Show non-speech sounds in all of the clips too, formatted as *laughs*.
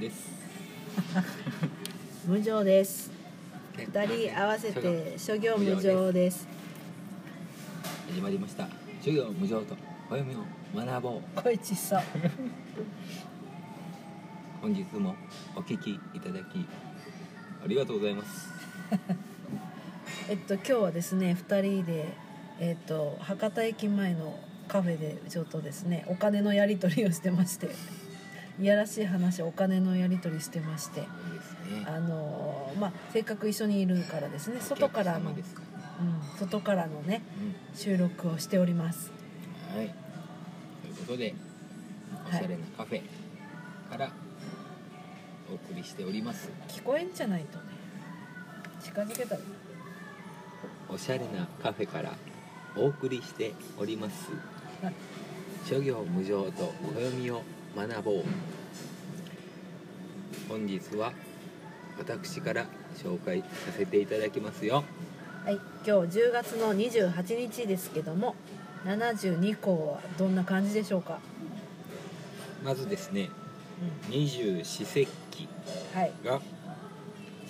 です無常です結果二人合わせ諸行て諸行無常です始まりました授業無常と暦を学ぼう声ちっさ本日もお聞きいただきありがとうございますえっと今日はですね二人でえっと博多駅前のカフェでちょっとですねお金のやり取りをしてましていやらしい話お金のやり取りしてましてそうですねあのーまあせっかく一緒にいるからですね外からお客の、様うでんすか、ね、外からのね収録をしておりますうんはいということでおしゃれなカフェからお送りしております、聞こえんじゃないとね近づけたらおしゃれなカフェからお送りしておりますはい諸行無常と暦を学ぼう本日は私から紹介させていただきますよはい、今日10月の28日ですけども72項はどんな感じでしょうか、まずですねう二十四節気ん、はいが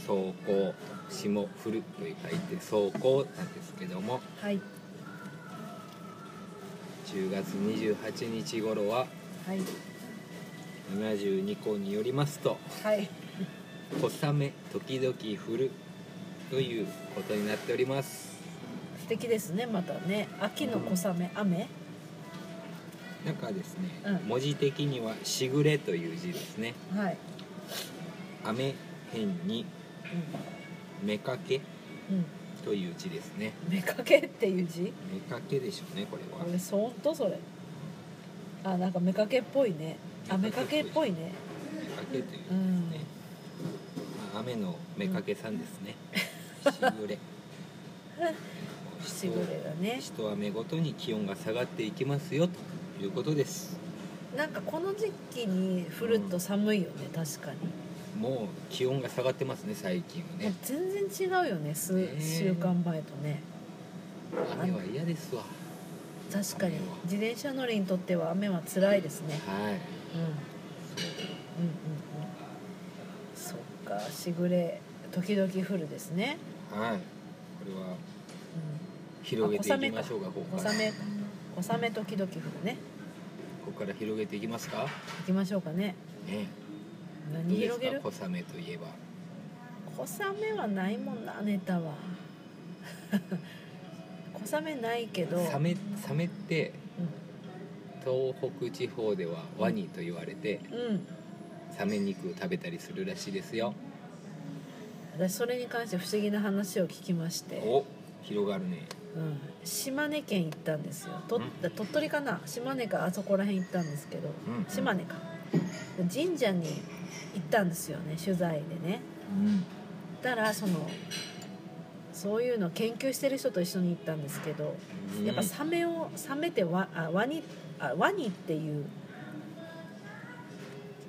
霜降霜降るという書いて霜降なんですけどもはい10月28日頃ははい72項によりますとはい小雨時々降るということになっております素敵ですねまたね秋の小雨、雨なんかですね、うん文字的には「しぐれ」という字ですねはい、雨辺に目かけうんうん、という字ですね目かけっていう字目かけでしょうねこれはこれそんとそれあなんか目かけっぽいねあ目かけっぽいね目かけという字ですうね、んまあ雨の目かけさんですね、しぐれ *laughs* しぐれだね一雨ごとに気温が下がっていきますよということですなんかこの時期に降ると寒いよね確かにもう気温が下がってますね最近はもうね全然違うよね数ね週間前とね、雨は嫌ですわ確かに雨は自転車乗りにとっては雨は辛いですね、はいうん、うんうんうんそっかしぐれ時々降るですね、はいこれはう広げていきましょうかこん、こ小から雨小雨時々降るねここから広げていきますか行きましょうかねねど何うで広すげかる小雨といえば小雨はないもんなネタは *laughs* 小雨ないけどサメサメってう東北地方ではワニと言われてん、うん、サメ肉を食べたりするらしいですよ私それに関して不思議な話を聞きましてお広がるねうん島根県行ったんですよと鳥取かな島根かあそこら辺行ったんですけどうん島根か神社に行ったんですよね取材でねうんたらそのそういうのを研究してる人と一緒に行ったんですけどうんやっぱサメをサメってワあワニあワニっていう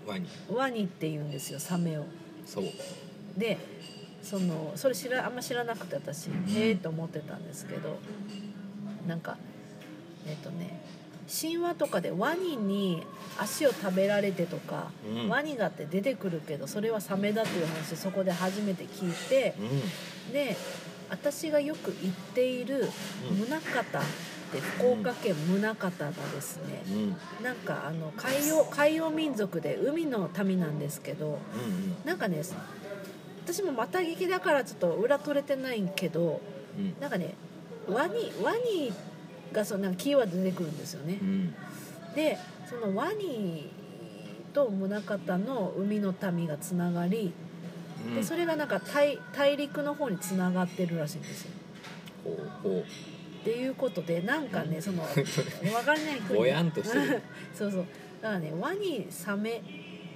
ワニワニっていうんですよサメをそうでそのそれ知らあんま知らなくて私んええと思ってたんですけどなんかえっ、とね神話とかでワニに足を食べられてとか、うんワニがって出てくるけどそれはサメだっていう話そこで初めて聞いてうんで私がよく行っているうん宗像って福岡県宗像がですねうんうんなんかあの海洋海洋民族で海の民なんですけど。なんかね私もまた聞きだからちょっと裏取れてないけどうんなんかねワニワニがそのなんかキーワード出てくるんですよねう、んでそのワニと宗像の海の民がつながり、うんでそれがなんか大大陸の方につながってるらしいんですよほうほっていうことでなんか *laughs* ねそのわからないう国ぼやんとしてる *laughs* そうそうだからねワニサメ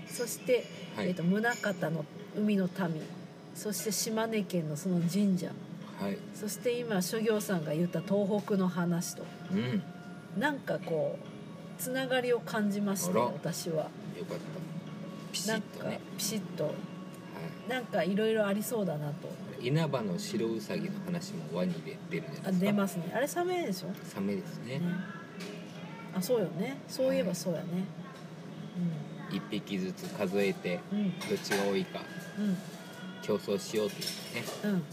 そしてはえー、いと宗像の海の民そして島根県のその神社はいそして今諸行さんが言った東北の話とうんよなんかこうつながりを感じましたあらよ私はかったピシなッんとかねピシッとはいなんかいろいろありそうだなと稲葉の白ウサギの話もワニで出るじゃなあいですか出ますねあれサメでしょ、サメですねね、あそうよねそういえばそうやね、うん1匹ずつ数えてうんどっちが多いかうん競争しようというねうん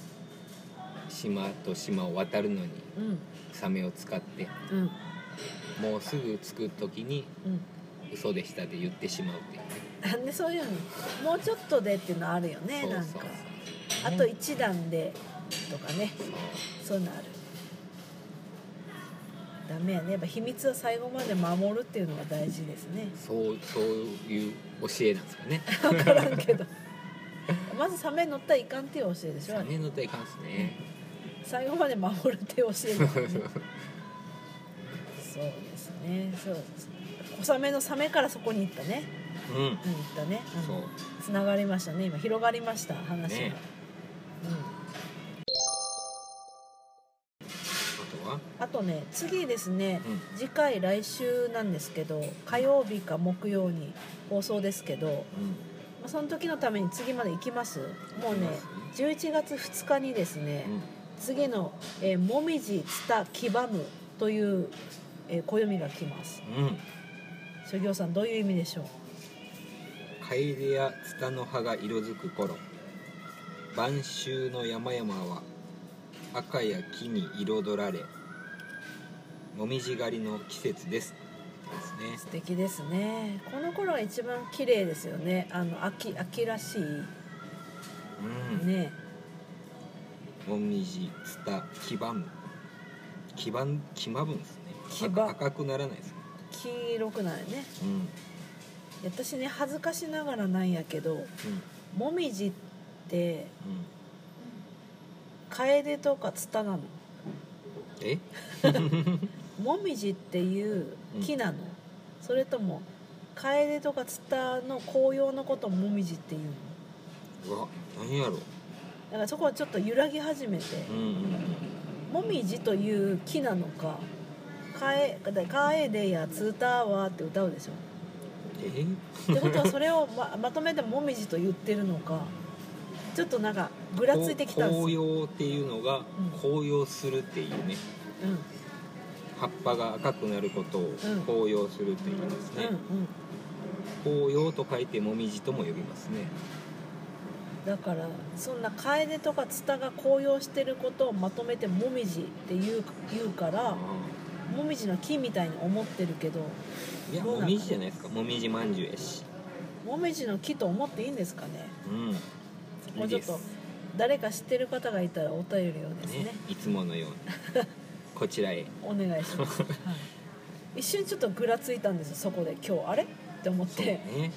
島と島を渡るのにうんサメを使ってうんもうすぐ着く時にうん嘘でしたで言ってしまうっていうねなんでそういうのもうちょっとでっていうのあるよねそうなんそうかそうあと一段でとかねそうそういうのあるダメやねやっぱ秘密を最後まで守るっていうのが大事です *laughs* ねそうそういう教えなんですかね分からんけどまずサメ乗ったらいかんっていう教えでしょサメの手いかんっすね最後まで守るっていう教えだからねそうですねそうです小雨のサメからそこに行ったね、うんうん、行ったね、うんそうつながりましたね今広がりました話が、ねうあとはん、あとね次ですね、う次回来週なんですけど火曜日か木曜に放送ですけど、うんまあ、その時のために次まで行きますもう行ねきます11月2日にですね、次の、えー「もみじつたきばむ」という、えー暦が来ますうんうん諸行さんどういう意味でしょうカエデやツタの葉が色づく頃晩秋の山々は赤や木に彩られもみじ狩りの季節ですですね素敵ですねこの頃が一番綺麗ですよねあの秋秋らしいうんねもみじツタ黄ばむ黄ばん黄まぶんですね黄ば赤赤くならないですね黄色くなるねうんうん私ね恥ずかしながらなんやけどもみじってうん楓とかツタなのえもみじっていう木なの、それとも楓とかツタの紅葉のことをもみじっていうのうわ何やろだからそこはちょっと揺らぎ始めて、うんうんもみじという木なのか「かえ」だかえでやつたわ」って歌うでしょえってことはそ *laughs* れをままとめて「もみじ」と言ってるのかちょっとなんかぐらついてきたんです紅よ、葉っていうのがうん紅葉するっていうねうんうん葉っぱが赤くなることをうん紅葉すると言いますね、うん、紅葉と書いてもみじとも呼びますねだからそんな楓とかツタが紅葉してることをまとめて「もみじ」って言う言うからもみじの木みたいに思ってるけどいやどうもなんかなみじじゃないですかもみじまんじゅうやしもみじの木と思っていいんですかねうんもいういちでょっすと誰か知ってる方がいたらお便りをですねねいつもの *laughs* ようにこちらへお願いしま *laughs* す、はい一瞬ちょっとぐらついたんですよそこで今日あれって思っそうてね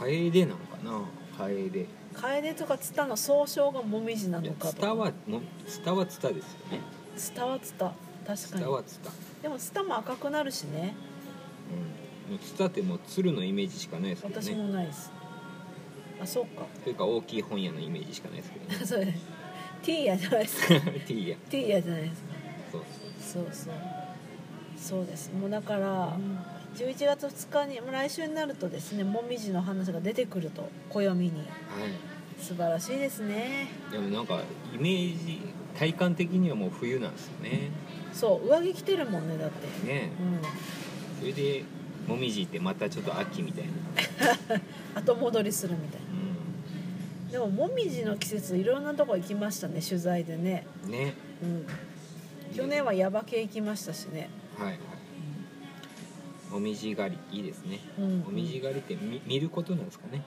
楓なのかな楓楓とかツタの総称がもみじなのかツとタはもツタはツタですよねツタはツタ確ツかにタはツタでもツタも赤くなるしねうんもうツタってもう鶴のイメージしかないですけど私ねもないです、あそうか *laughs* というか大きい本屋のイメージしかないですけどね *laughs* それティーヤじゃないですかティーやティーヤじゃないですかそうそうそうそうですもうだから11月2日にもう来週になるとですねもみじの話が出てくると暦にはい素晴らしいですねでもなんかイメージ体感的にはもう冬なんですよねそう上着着てるもんねだってねうそれでもみじってまたちょっと秋みたいな、ん後戻りするみたいうんなでももみじの季節いろんなとこ行きましたね取材でね、ねうん、去年は耶馬渓行きましたしね、はいはいもみじ狩りいいですねうん、もみじ狩りってみ見ることなんですかね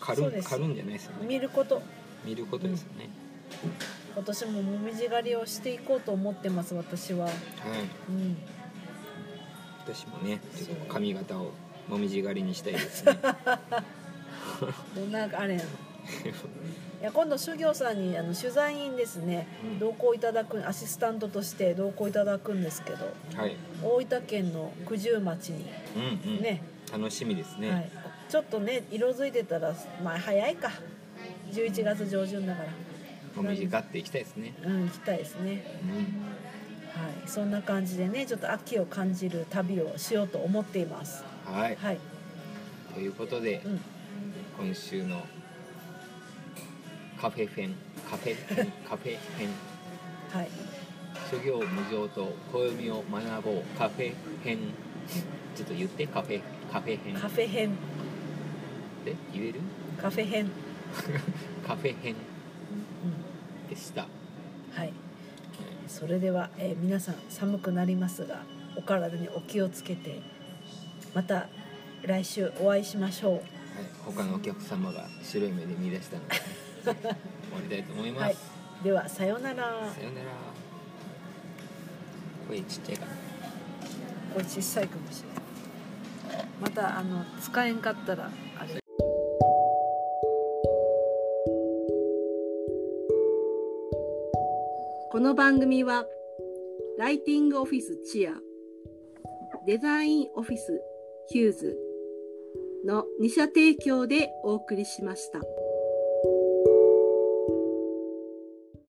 狩そうるでんす狩るんじゃないですよね見ること見ることですよね、今年ももみじ狩りをしていこうと思ってます私は、はいうん、私もねちょっそうと髪型をもみじ狩りにしたいです *laughs* ねどんなあれや *laughs* のいや今度諸行さんにあの取材員ですね、うん同行いただくアシスタントとして同行いただくんですけどはい大分県の九十町にうんうん、ね、楽しみですね、はい、ちょっとね色づいてたらまあ早いか11月上旬だからもみじ狩っていきたいですねうん行きたいですねうんはいそんな感じでねちょっと秋を感じる旅をしようと思っていますはいはい、ということで、うん、今週のカフェフェンカフェフェン *laughs* カフェフェンはい諸行無常と暦を学ぼうカフェフェンちょっと言ってカフェカカフェ編カフェ編で言える *laughs* カフェ編、カフェ編うでした、ん、はいそれでは、えー皆さん寒くなりますがお体にお気をつけてまた来週お会いしましょ、はい、他のお客様が白い目で見出したので、終わりたいと思いうまはいす、、ではさようならさようなら声ちっちゃいかなこれ小さいかもしれないまたあの使えんかったらあれこの番組はライティングオフィスチアデザインオフィスヒューズの2社提供でお送りしました。